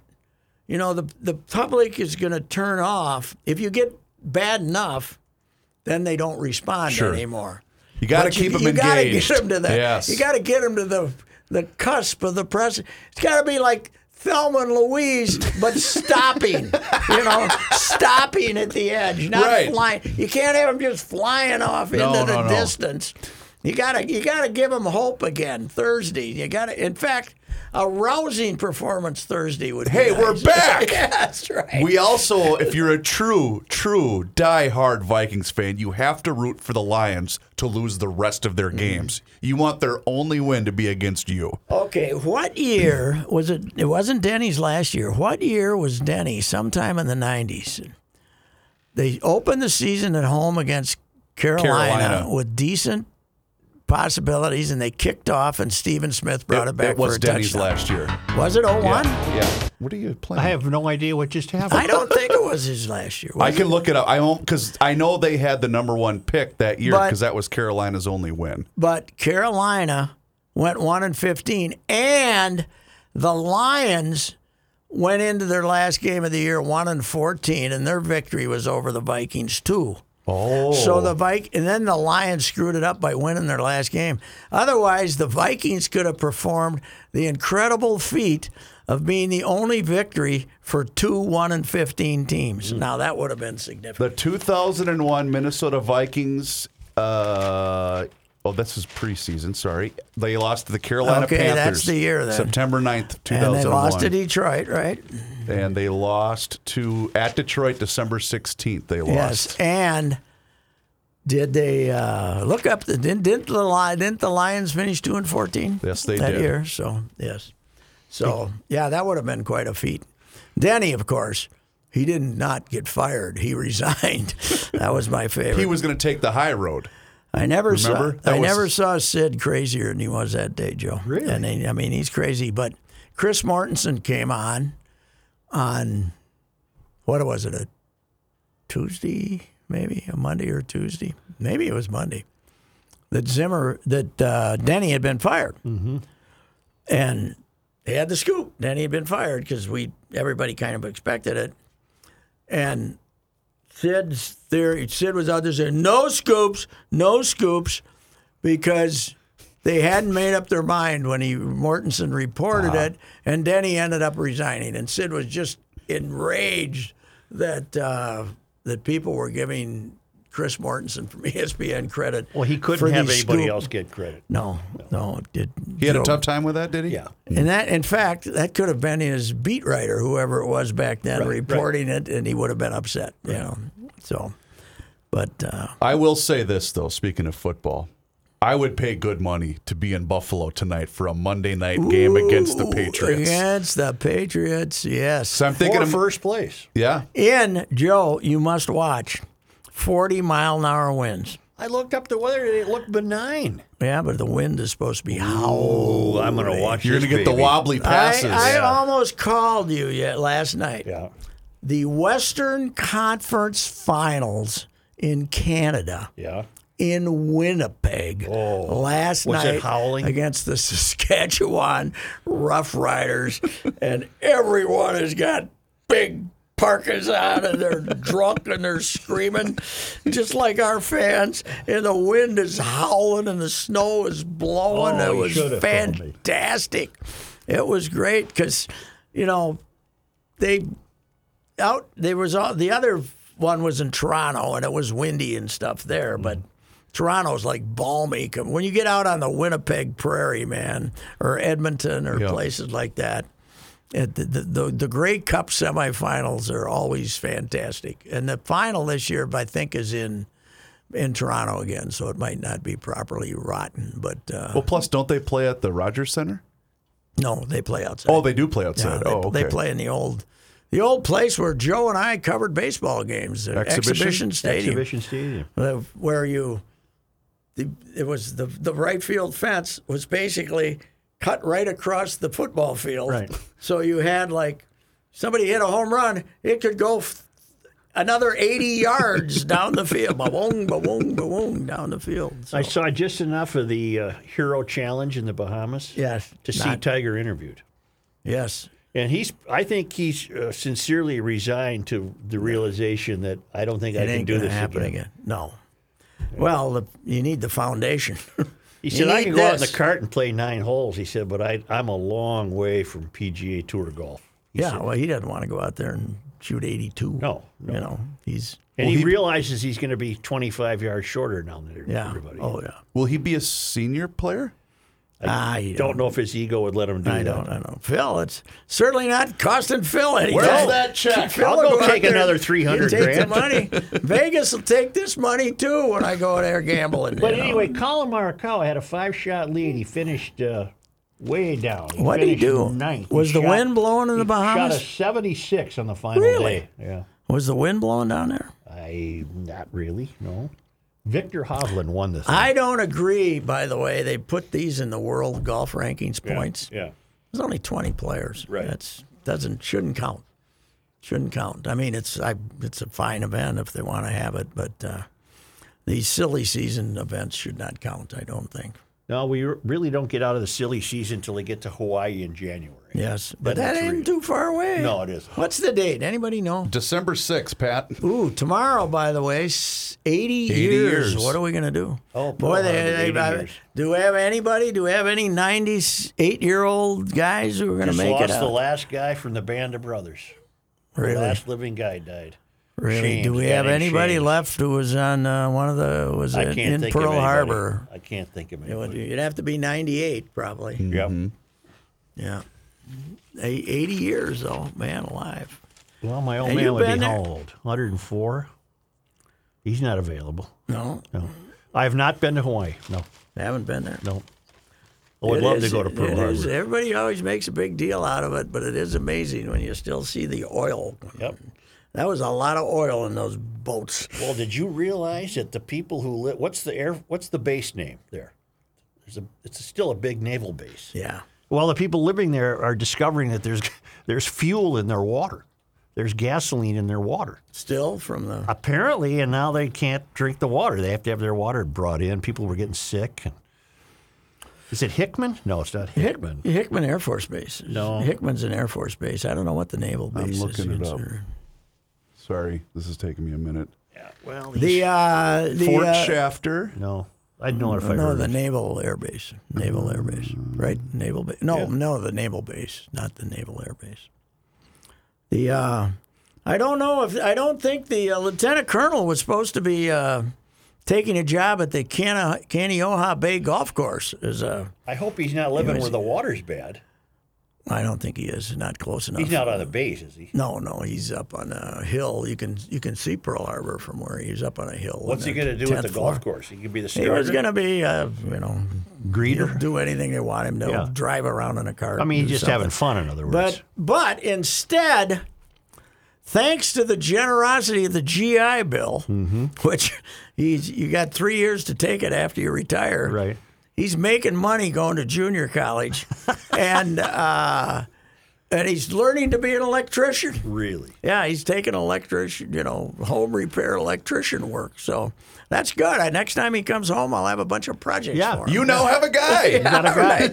You know the the public is going to turn off if you get bad enough. Then they don't respond
Sure.
anymore.
You gotta
But
keep 'em
you gotta
engaged.
get 'em to the.
Yes.
You got to get them to the the cusp of the press. It's got to be like Thelma and Louise, but stopping. you know, stopping at the edge, not
Right.
flying. You can't have them just flying off into the
no, no.
distance. You gotta, you gotta give them hope again Thursday. You gotta, in fact, a rousing performance Thursday would.
Hey,
be
we're
nice.
back!
Yeah, that's right.
We also, if you're a true, true die-hard Vikings fan, you have to root for the Lions to lose the rest of their
Mm.
games. You want their only win to be against you.
Okay, what year was it? It wasn't Denny's last year. What year was Denny? Sometime in the 90s. They opened the season at home against Carolina,
Carolina.
with decent possibilities, and they kicked off, and Stephen Smith brought it, back
That was
for a
Denny's
touchdown.
last year.
Was it 01?
Yeah. What are you playing?
I have no idea what just happened.
I don't think it was his last year.
I
Was
can look it up. I won't because I know they had the number one pick that year
But-
because that was Carolina's only win.
but Carolina went one and fifteen, and the Lions went into their last game of the year one and fourteen, and their victory was over the Vikings too.
Oh,
So the Vik and then the Lions screwed it up by winning their last game. Otherwise, the Vikings could have performed the incredible feat of being the only victory for two one and fifteen teams. Now that would have been significant.
the 2001 Minnesota Vikings. Uh, oh, this is preseason. Sorry, they lost to the Carolina
Okay,
Panthers.
that's the year then.
September 9th, 2001,
And they lost to Detroit, right?
And they lost to at Detroit December 16th. They
Yes,
lost.
and did they uh, look up the didn't, didn't the Li- didn't the Lions finish two and fourteen?
Yes, they
that
did.
year. So yes, so yeah, that would have been quite a feat. Denny, of course, he did not get fired. He resigned. that was my favorite.
He was going to take the high road.
I never
Remember?
saw.
That
I
was-
never saw Sid crazier than he was that day, Joe. Really? And he, I mean, he's crazy. But Chris Martinson came on on what was it? A Tuesday, maybe a Monday or Tuesday. Maybe it was Monday. That Zimmer, that uh, Denny had been fired, mm-hmm. and they had the scoop. Denny had been fired because we everybody kind of expected it, and Sid's theory. Sid was out there saying, "No scoops, no scoops," because they hadn't made up their
Uh-huh.
mind when he Mortensen reported it, and then he ended up resigning. And Sid was just enraged that uh, that people were giving Chris Mortensen from E ESPN credit.
Well, he
for
couldn't
the
have anybody
scoop.
else get credit.
No, no, it did.
He had a tough time with that, did he?
Yeah.
And that, in fact, that could have been his beat writer, whoever it was back then, reporting it, and he would have been upset. You know, so. But uh,
I will say this though, speaking of football, I would pay good money to be in Buffalo tonight for a Monday night game against the Patriots.
against the Patriots, yes.
So I'm thinking
Or
of
first place.
yeah.
In Joe, you must watch forty mile an hour winds.
I looked up the weather and it looked benign.
Yeah, but the wind is supposed to be howling.
Well, I'm going to watch
You're
this,
gonna get the
baby.
wobbly passes.
I, I almost called you yet last night.
Yeah.
The Western Conference Finals in Canada.
Yeah.
in Winnipeg last
Oh. Was it
night
howling?
against the Saskatchewan Rough Riders, and everyone has got big parkas on and they're drunk and they're screaming just like our fans and the wind is howling and the snow is blowing
Oh,
it
you
was
should have told me.
fantastic it was great because you know they out there was all, the other one was in Toronto and it was windy and stuff
Hmm.
there, but Toronto's like balmy. Com- When you get out on the Winnipeg Prairie, man, or Edmonton or
Yeah.
places like that, it, the, the, the the Grey Cup semifinals are always fantastic, and the final this year, I think, is in in Toronto again, so it might not be properly rotten, but uh,
well, plus, don't they play at the Rogers Center?
no, they play outside.
Oh, they do play outside.
Yeah, they,
oh, okay.
they play in the old, the old place where Joe and I covered baseball games, the
Exhibition?
exhibition stadium,
Exhibition Stadium.
uh, where you, the, it was the the right field fence was basically cut right across the football field,
Right.
so you had like somebody hit a home run, it could go. F- Another 80 yards down the field. Ba-boom, ba-boom, ba-boom, down the field. So,
I saw just enough of the uh, Hero Challenge in the Bahamas
yes.
to see
not-
Tiger interviewed.
Yes.
And he's, I think he's uh, sincerely resigned to the realization that I don't think I
It
can
ain't
do
going to
this
happen
again.
again. No. Well, the, you need the foundation.
He
You
said, I
need
can go out in the
this."
cart and play nine holes. He said, but I, I'm a long way from PGA Tour golf. He
Yeah,
said-
well, he doesn't want to go out there and shoot 82.
No,
You know, he's,
and he, realizes he's going to be 25 yards shorter now than
yeah.
everybody.
Oh, yeah.
Will he be a senior player?
I,
Don't know if his ego would let him do
I
that.
don't, I don't. Phil, it's certainly not costing Phil anything.
Where's that check?
Phil
I'll
will
go
out
take
there
another
and
300
take
grand.
the money. Vegas will take this money too when I go there gambling.
But
you know.
anyway, Colin Morikawa had a five-shot lead. He finished uh, way down.
What did he
finished
do?
Ninth.
Was
He
the
shot-
wind blowing in the
he
Bahamas?
Shot a 76 on the final
Really?
day. Yeah,
was the wind blowing down there?
I not really. No, Victor Hovland won the thing.
I don't agree. By the way, they put these in the world golf rankings points.
Yeah.
There's only 20 players.
Right.
That's doesn't shouldn't count. Shouldn't count. I mean, it's I, it's a fine event if they want to have it, but uh, these silly season events should not count. I don't think.
No, we r- really don't get out of the silly season till they get to Hawaii in January.
Yes, but
Then
that
it's
ain't
real.
too far away.
No, it isn't.
What's the date? Anybody know?
December 6th, Pat.
Ooh, tomorrow, by the way, s- 80,
80
years.
years.
What are we going to do?
Oh, Pearl
boy, they,
Harbor,
they,
80
I-
years.
do we have anybody? Do we have any 98 year old guys who are going to
Just
make
lost
it? Out?
the last guy from the Band of Brothers. The
really?
last living guy died.
Really?
Shames,
Do we
guy
have
named
anybody
Shames.
left who was on uh, one of the was
I
it
can't
in
think of
Pearl
anybody.
Harbor?
I can't think of
It Mhm. would-
anybody.
You'd have to be 98 probably.
Yep.
Yeah. A- 80 years though, man alive.
Well, my old
Hey, you
man would be
been there?
how old? 104? He's not available.
No,
No. I have not been to Hawaii. No,
haven't been there.
no. I would
It
love
is-
to go to Pearl
it
Harbor.
is- Everybody always makes a big deal out of it, but it is amazing when you still see the oil.
Yep.
That was a lot of oil in those boats.
Well, did you realize that the people who live what's the air what's the base name there? There's a it's still a big naval base.
Yeah.
Well, the people living there are discovering that there's there's fuel in their water. There's gasoline in their water.
Still from
Uh,
the
Apparently, and now they can't drink the water. They have to have their water brought in. People were getting sick. And... Is it Hickman? No, it's not Hickman.
Hickman Air Force Base.
No.
Hickman's an Air Force Base. I don't know what the naval base is.
looking it up.
considered.
Sorry, this is taking me a minute.
Well,
The uh, the
Fort
uh,
Shafter.
no, I don't know if I
no,
heard
the
it.
naval air base, naval air base, right? Naval base. No, no, the naval base, not the naval air base. The uh, I don't know if I don't think the uh, lieutenant colonel was supposed to be uh, taking a job at the Cana, Canioha Bay Golf Course. Is uh, a
I hope he's not living where the water's bad.
I don't think he is not close enough.
He's not on the base, is he?
No, no, he's up on a hill. You can you can see Pearl Harbor from where he's up on a hill. in
What's he going to do at the
10th
golf
floor.
course? He could be the
He
starter.
was going to be, uh, you know,
greeter.
do anything they want him to.
Yeah.
Drive around in a car.
I mean,
do
he's just
something.
having fun. In other words,
But but instead, thanks to the generosity of the GI Bill,
Mm-hmm.
which he's you got three years to take it after you retire.
Right.
He's making money going to junior college, and uh, and he's learning to be an electrician.
really,
Yeah, he's taking electrician, you know, home repair electrician work. So that's good. I, next time he comes home, I'll have a bunch of projects
Yeah,
for him.
You now have a guy.
All right.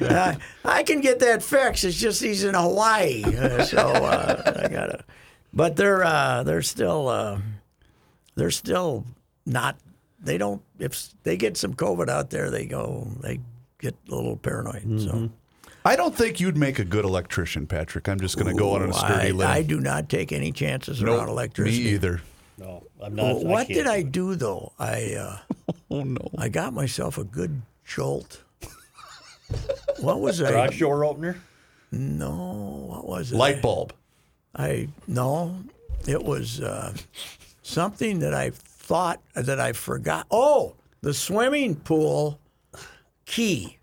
Uh, I can get that fixed. It's just he's in Hawaii, Uh, so uh, I gotta. But they're uh, they're still uh, they're still not. They don't. If they get some COVID out there, they go. They get a little paranoid. So
Mm-hmm. I don't think you'd make a good electrician, Patrick. I'm just going to go out on a sturdy
I,
limb.
I do not take any chances
Nope,
around
me
electricity.
either.
no, I'm not.
Well, what
can't
did I
do
do though? I uh,
Oh no.
I got myself a good jolt. what was
it.
I?
Garage door opener.
No, what was it?
Light bulb.
I no, it was uh, something that I thought that I forgot. Oh, the swimming pool key.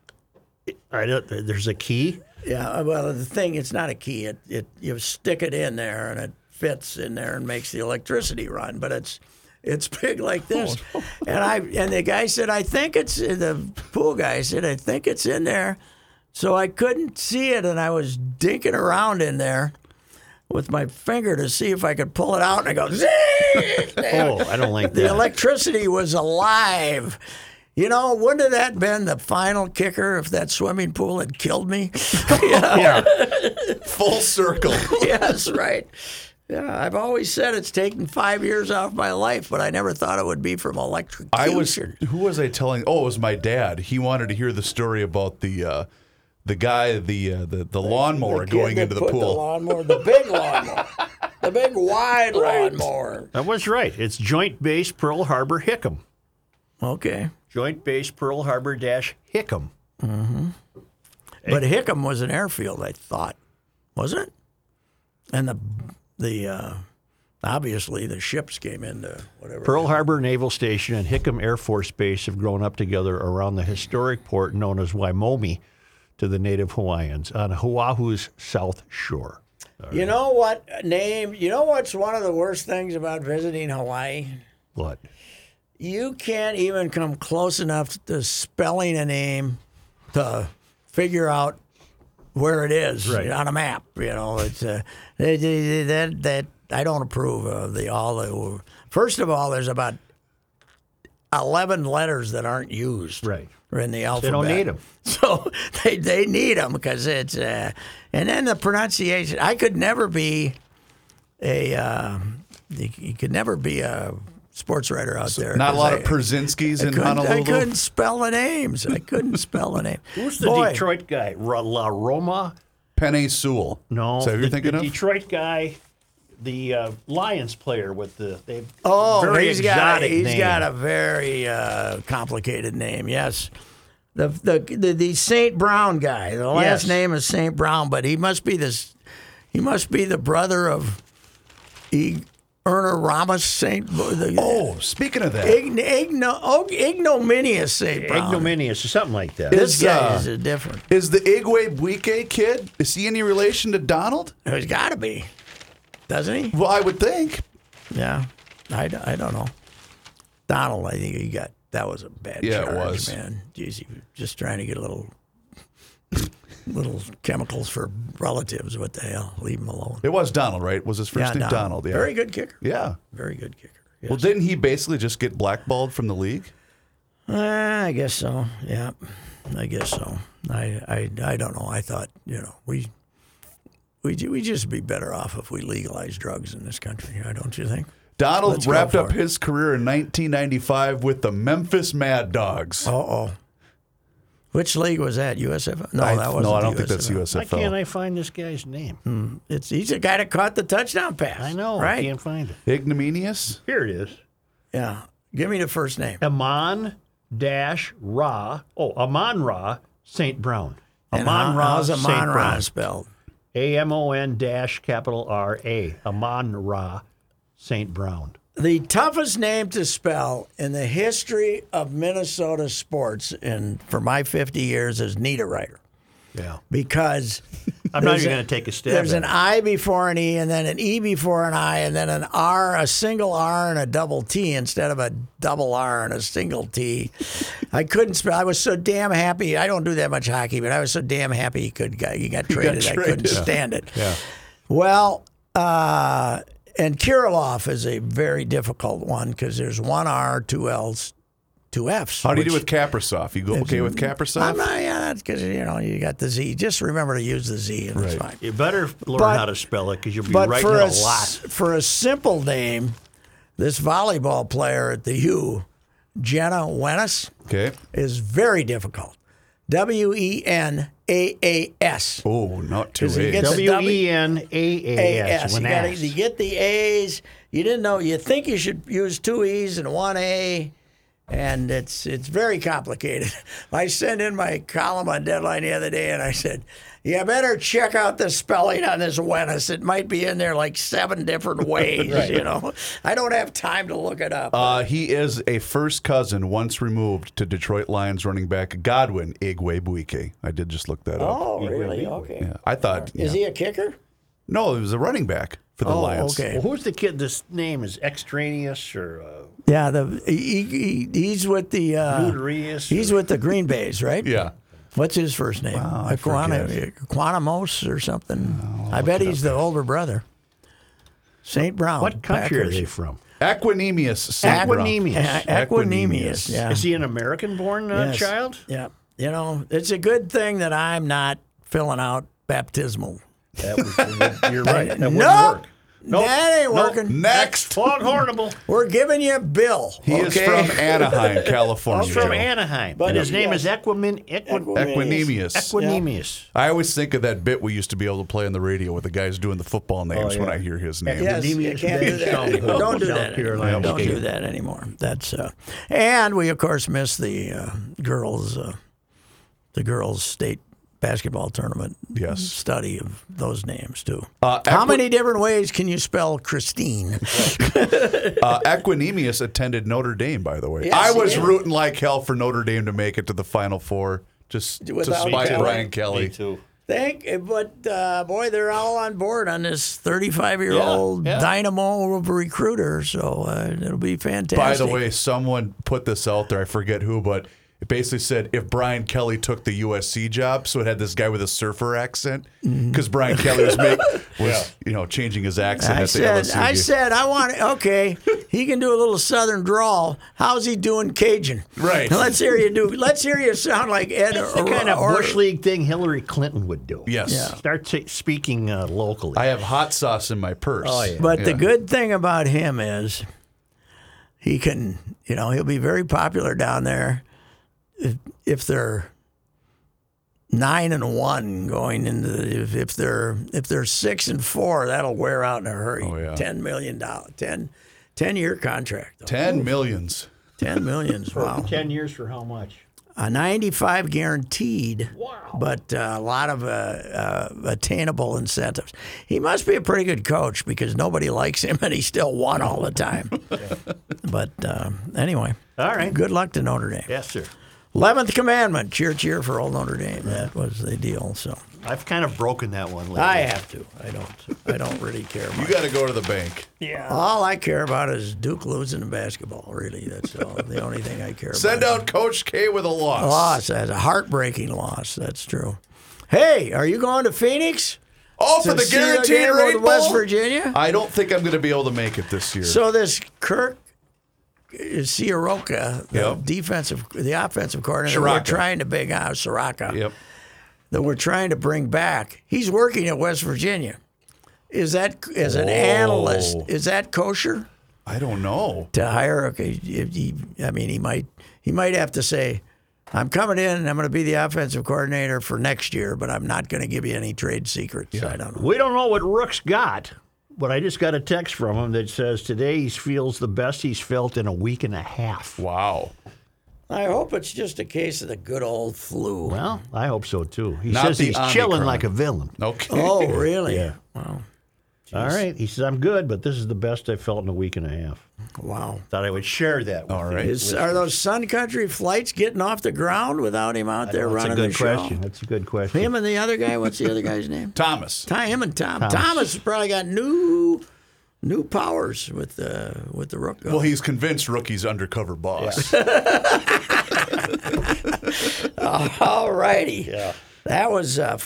I don't. There's a key.
Yeah, uh, well, the thing it's not a key. It it you stick it in there and it fits in there and makes the electricity run. But it's it's big like this, and I and the guy said I think it's the pool guy said I think it's in there, so I couldn't see it and I was dinking around in there. With my finger to see if I could pull it out, and I go, "Zing!"
Oh, I don't like
the
that.
electricity was alive. You know, wouldn't it have been the final kicker if that swimming pool had killed me?
yeah,
Full circle.
yes, right. Yeah, I've always said it's taken five years off my life, but I never thought it would be from electrocution.
I was. Who was I telling? Oh, it was my dad. He wanted to hear the story about the uh, the guy, the uh, the the lawnmower
kid
going
that
into the
put The
pool.
lawnmower, the big lawnmower, the big wide lawnmower.
that was right. It's Joint Base Pearl Harbor Hickam.
Okay,
Joint Base Pearl Harbor dash Hickam.
but Hickam was an airfield, I thought, was it? And the the uh, obviously the ships came into whatever.
Pearl Harbor Naval Station and Hickam Air Force Base have grown up together around the historic port known as Waimomi to the native Hawaiians on Oahu's south shore.
You know what name? You know what's one of the worst things about visiting Hawaii?
What?
You can't even come close enough to spelling a name to figure out where it is
Right.
on a map. You know, it's uh, they- they- they- that that I don't approve of the all the. First of all, there's about eleven letters that aren't used.
Right.
In the
They
alphabet.
don't need them.
So they, they need them because it's, uh, and then the pronunciation. I could never be a, uh, you, you could never be a sports writer out there.
Not a
'cause
lot
I-
of Przinskis
I
in
couldn't- I
Honolulu.
couldn't spell the names. I couldn't spell the name.
Who's the
Boy,
Detroit guy? Ra- La Roma?
Penny Sewell.
No.
Is that who
the,
you're thinking
the
of?
Detroit guy, the uh, Lions player with the they
Oh,
very
he's got
exotic
a, he's
name.
got a very uh, complicated name. Yes. The, the the the Saint Brown guy. The last
Yes.
name is Saint Brown, but he must be this. He must be the brother of e, Erna Ramos Saint. The,
Oh, speaking of that,
ign, igno, oh, ignominious Saint Brown.
ignominious or something like that.
this
is,
guy
uh,
is a different.
is the Igwe Buike kid? Is he any relation to Donald?
He's got to be, doesn't he?
Well, I would think.
Yeah, I, d- I don't know. Donald, I think he got that was a bad
Yeah, it
charge,
was.
man. Jeez, he was just trying to get a little little chemicals for relatives. What the hell? Leave him alone.
It was Donald, right? Was his first name Donald? Yeah.
Very good kicker.
Yeah.
Very good kicker. Yeah.
Well, didn't he basically just get blackballed from the league?
Uh, I guess so. Yeah, I guess so. I, I I don't know. I thought you know we. We we just be better off if we legalize drugs in this country, don't you think?
Donald
Let's go
wrapped
for
up
it.
his career in 1995 with the Memphis Mad Dogs.
Uh oh. Which league was that? USFL? No,
I,
that wasn't.
no, I don't
the
think that's USFL.
Why can't I find this guy's name?
It's he's the guy that caught the touchdown pass.
I know. I
right?
can't find it.
Ignominious?
Hmm. Here it is.
Yeah. Give me the first name.
Amon Dash Ra. Oh, Amon Ra St. Brown.
And
Amon
how-
Ra
How's
St.
Amon Ra
Brown.
spelled?
A M O N dash capital R A. Amon Ra St. Brown.
The toughest name to spell in the history of Minnesota sports, and for my 50 years, is Niederreiter.
Yeah.
Because
I'm not
There's
even
a-
going to take a stab.
there's
at
an
it.
I before an E, and then an E before an I, and then an R, a single R, and a double T instead of a double R and a single T. I couldn't spell. I was so damn happy. I don't do that much hockey, but I was so damn happy he could he got traded. I couldn't
traded.
stand it. Yeah. Well, uh, and Kirilov is a very difficult one because there's one R, two L's, two F's.
How do you
which-
do with Kaprasov? You go okay with Kaprasov?
I'm not, yeah, because you know you got the Z. Just remember to use the Z, and it's fine.
You better learn
But-
how to spell it because you'll be
But
writing
for
it
a,
a
s-
lot.
for a simple name, this volleyball player at the U, Jenna Wenas,
okay.
is very difficult. W E N A A S.
Oh, not two
Does he get
A's.
the-
W E N A A S.
AS. You, gotta, you get the A's. You didn't know. You think you should use two E's and one A, and it's it's very complicated. I sent in my column on deadline the other day, and I said, "You better check out the spelling on this Wenis. It might be in there like seven different ways. You know, I don't have time to look it up."
Uh, he is a first cousin once removed to Detroit Lions running back Godwin Igwebuike. I did just look that up.
oh, really? Okay.
Yeah, I thought.
Is
yeah.
he a kicker?
No, it was a running back for the
Oh,
Lions.
okay.
Well, who's the kid? This name is extraneous or uh,
Yeah, the he, he, he's with the uh,
Udarius
he's
or-
with the Green Bays, right?
Yeah.
What's his first name? Wow, Quanamos or something. I bet he's the older brother. St. Brown.
what country
Packers. E-
are they from?
Aquanemius. St. Brown.
Aquanemius.
A- Equinemius.
Equinemius.
Yeah.
Is he an American-born uh,
Yes.
child?
Yeah. You know, it's a good thing that I'm not filling out baptismal.
That was, you're right. That wouldn't
Nope.
work. Nope.
That ain't
Nope.
working.
Next.
Foghornable.
We're giving you a bill.
He is
okay?
from Anaheim, California.
He's from
Joe.
Anaheim.
But
and his name
yes.
is Equimin Equi-
Equinemius.
Equinemius.
I always think of that bit we used to be able to play on the radio with the guys doing the football names when I hear his name.
Oh, Yes, you
Equinemius
can't do
Bay
that
Stone
anymore.
Hall,
Don't do
South
that.
Carolina
Don't do
State.
that anymore. That's uh, and we of course missed the uh, girls, uh, the girls' state basketball tournament.
Yes.
study of those names too.
Uh,
How
Equi-
many different ways can you spell Christine?
Uh, Equinemius attended Notre Dame, by the way.
Yes,
I was
he did.
rooting like hell for Notre Dame to make it to the Final Four, just to
Without
spite
Kelly.
Brian Kelly.
Thank, but uh, boy, they're all on board on this 35 year old
Yeah, yeah.
dynamo of a recruiter. So uh, it'll be fantastic.
By the way, someone put this out there. I forget who, but it basically said if Brian Kelly took the USC job, so it had this guy with a surfer accent
Mm-hmm.
because Brian Kelly was make, was you know changing his accent
I
at the
said,
LSU.
I
game.
said, I want okay. He can do a little Southern drawl. How's he doing Cajun?
Right.
Now let's hear you do. Let's hear you sound like Ed.
That's the kind of Bush League thing Hillary Clinton would do.
Yes. Yeah.
Start t- speaking uh, locally.
I have hot sauce in my purse. Oh, yeah.
But the good thing about him is he can, you know, he'll be very popular down there if, if they're nine and one going into the, if, if they're if they're six and four, that'll wear out in a hurry.
Oh, yeah.
Ten million dollar ten. 10 year contract.
ten millions.
10 millions. Wow.
Ten years for how much?
a 95 guaranteed, but uh, a lot of uh, uh, attainable incentives. He must be a pretty good coach because nobody likes him and he still won all the time. but um, anyway,
All right.
good luck to Notre Dame.
Yes, sir.
11th commandment cheer, cheer for old Notre Dame. That was the deal. So
I've kind of broken that one lately.
I have to. I don't, I don't really care
You
much.
got to go to the bank.
all I care about is Duke losing in basketball, really. That's all, the only thing I care about.
Send out Coach K with a loss.
loss. That's a heartbreaking loss. That's true. Hey, are you going to Phoenix?
Oh, for
To
the
see a
guaranteed
game
rate
with West
Bowl?
Virginia?
I don't think I'm going to be able to make it this year.
So this Kirk Sierroca, the
Yep.
defensive, the offensive coordinator, we're
Soroka.
trying to big out Soraka
yep.
that we're trying to bring back. He's working at West Virginia. Is that as an analyst?
Whoa.
Is that kosher
I don't know.
to hire? Okay, if he, I mean, he might he might have to say, I'm coming in and I'm going to be the offensive coordinator for next year, but I'm not going to give you any trade secrets. I don't know.
We don't know what Rook's got, but I just got a text from him that says today he feels the best he's felt in a week and a half.
Wow.
I hope it's just a case of the good old flu.
Well, I hope so too. He
Not
says
the
he's chilling
Omicron.
like a villain.
Okay.
oh, really?
Yeah.
Wow.
All right. He says, I'm good, but this is the best I've felt in a week and a half.
Wow.
Thought I would share that with
All
you.
right.
Is, are those Sun Country flights getting off the ground without him out there
That's a
running
good
the
question.
show?
That's a good question.
Him and the other guy. What's the other guy's name?
Thomas.
Ty, him and Tom. Thomas, has probably got new, new powers with the with the rook.
Well, he's convinced Rookie's undercover boss.
All righty. Yeah. That was uh,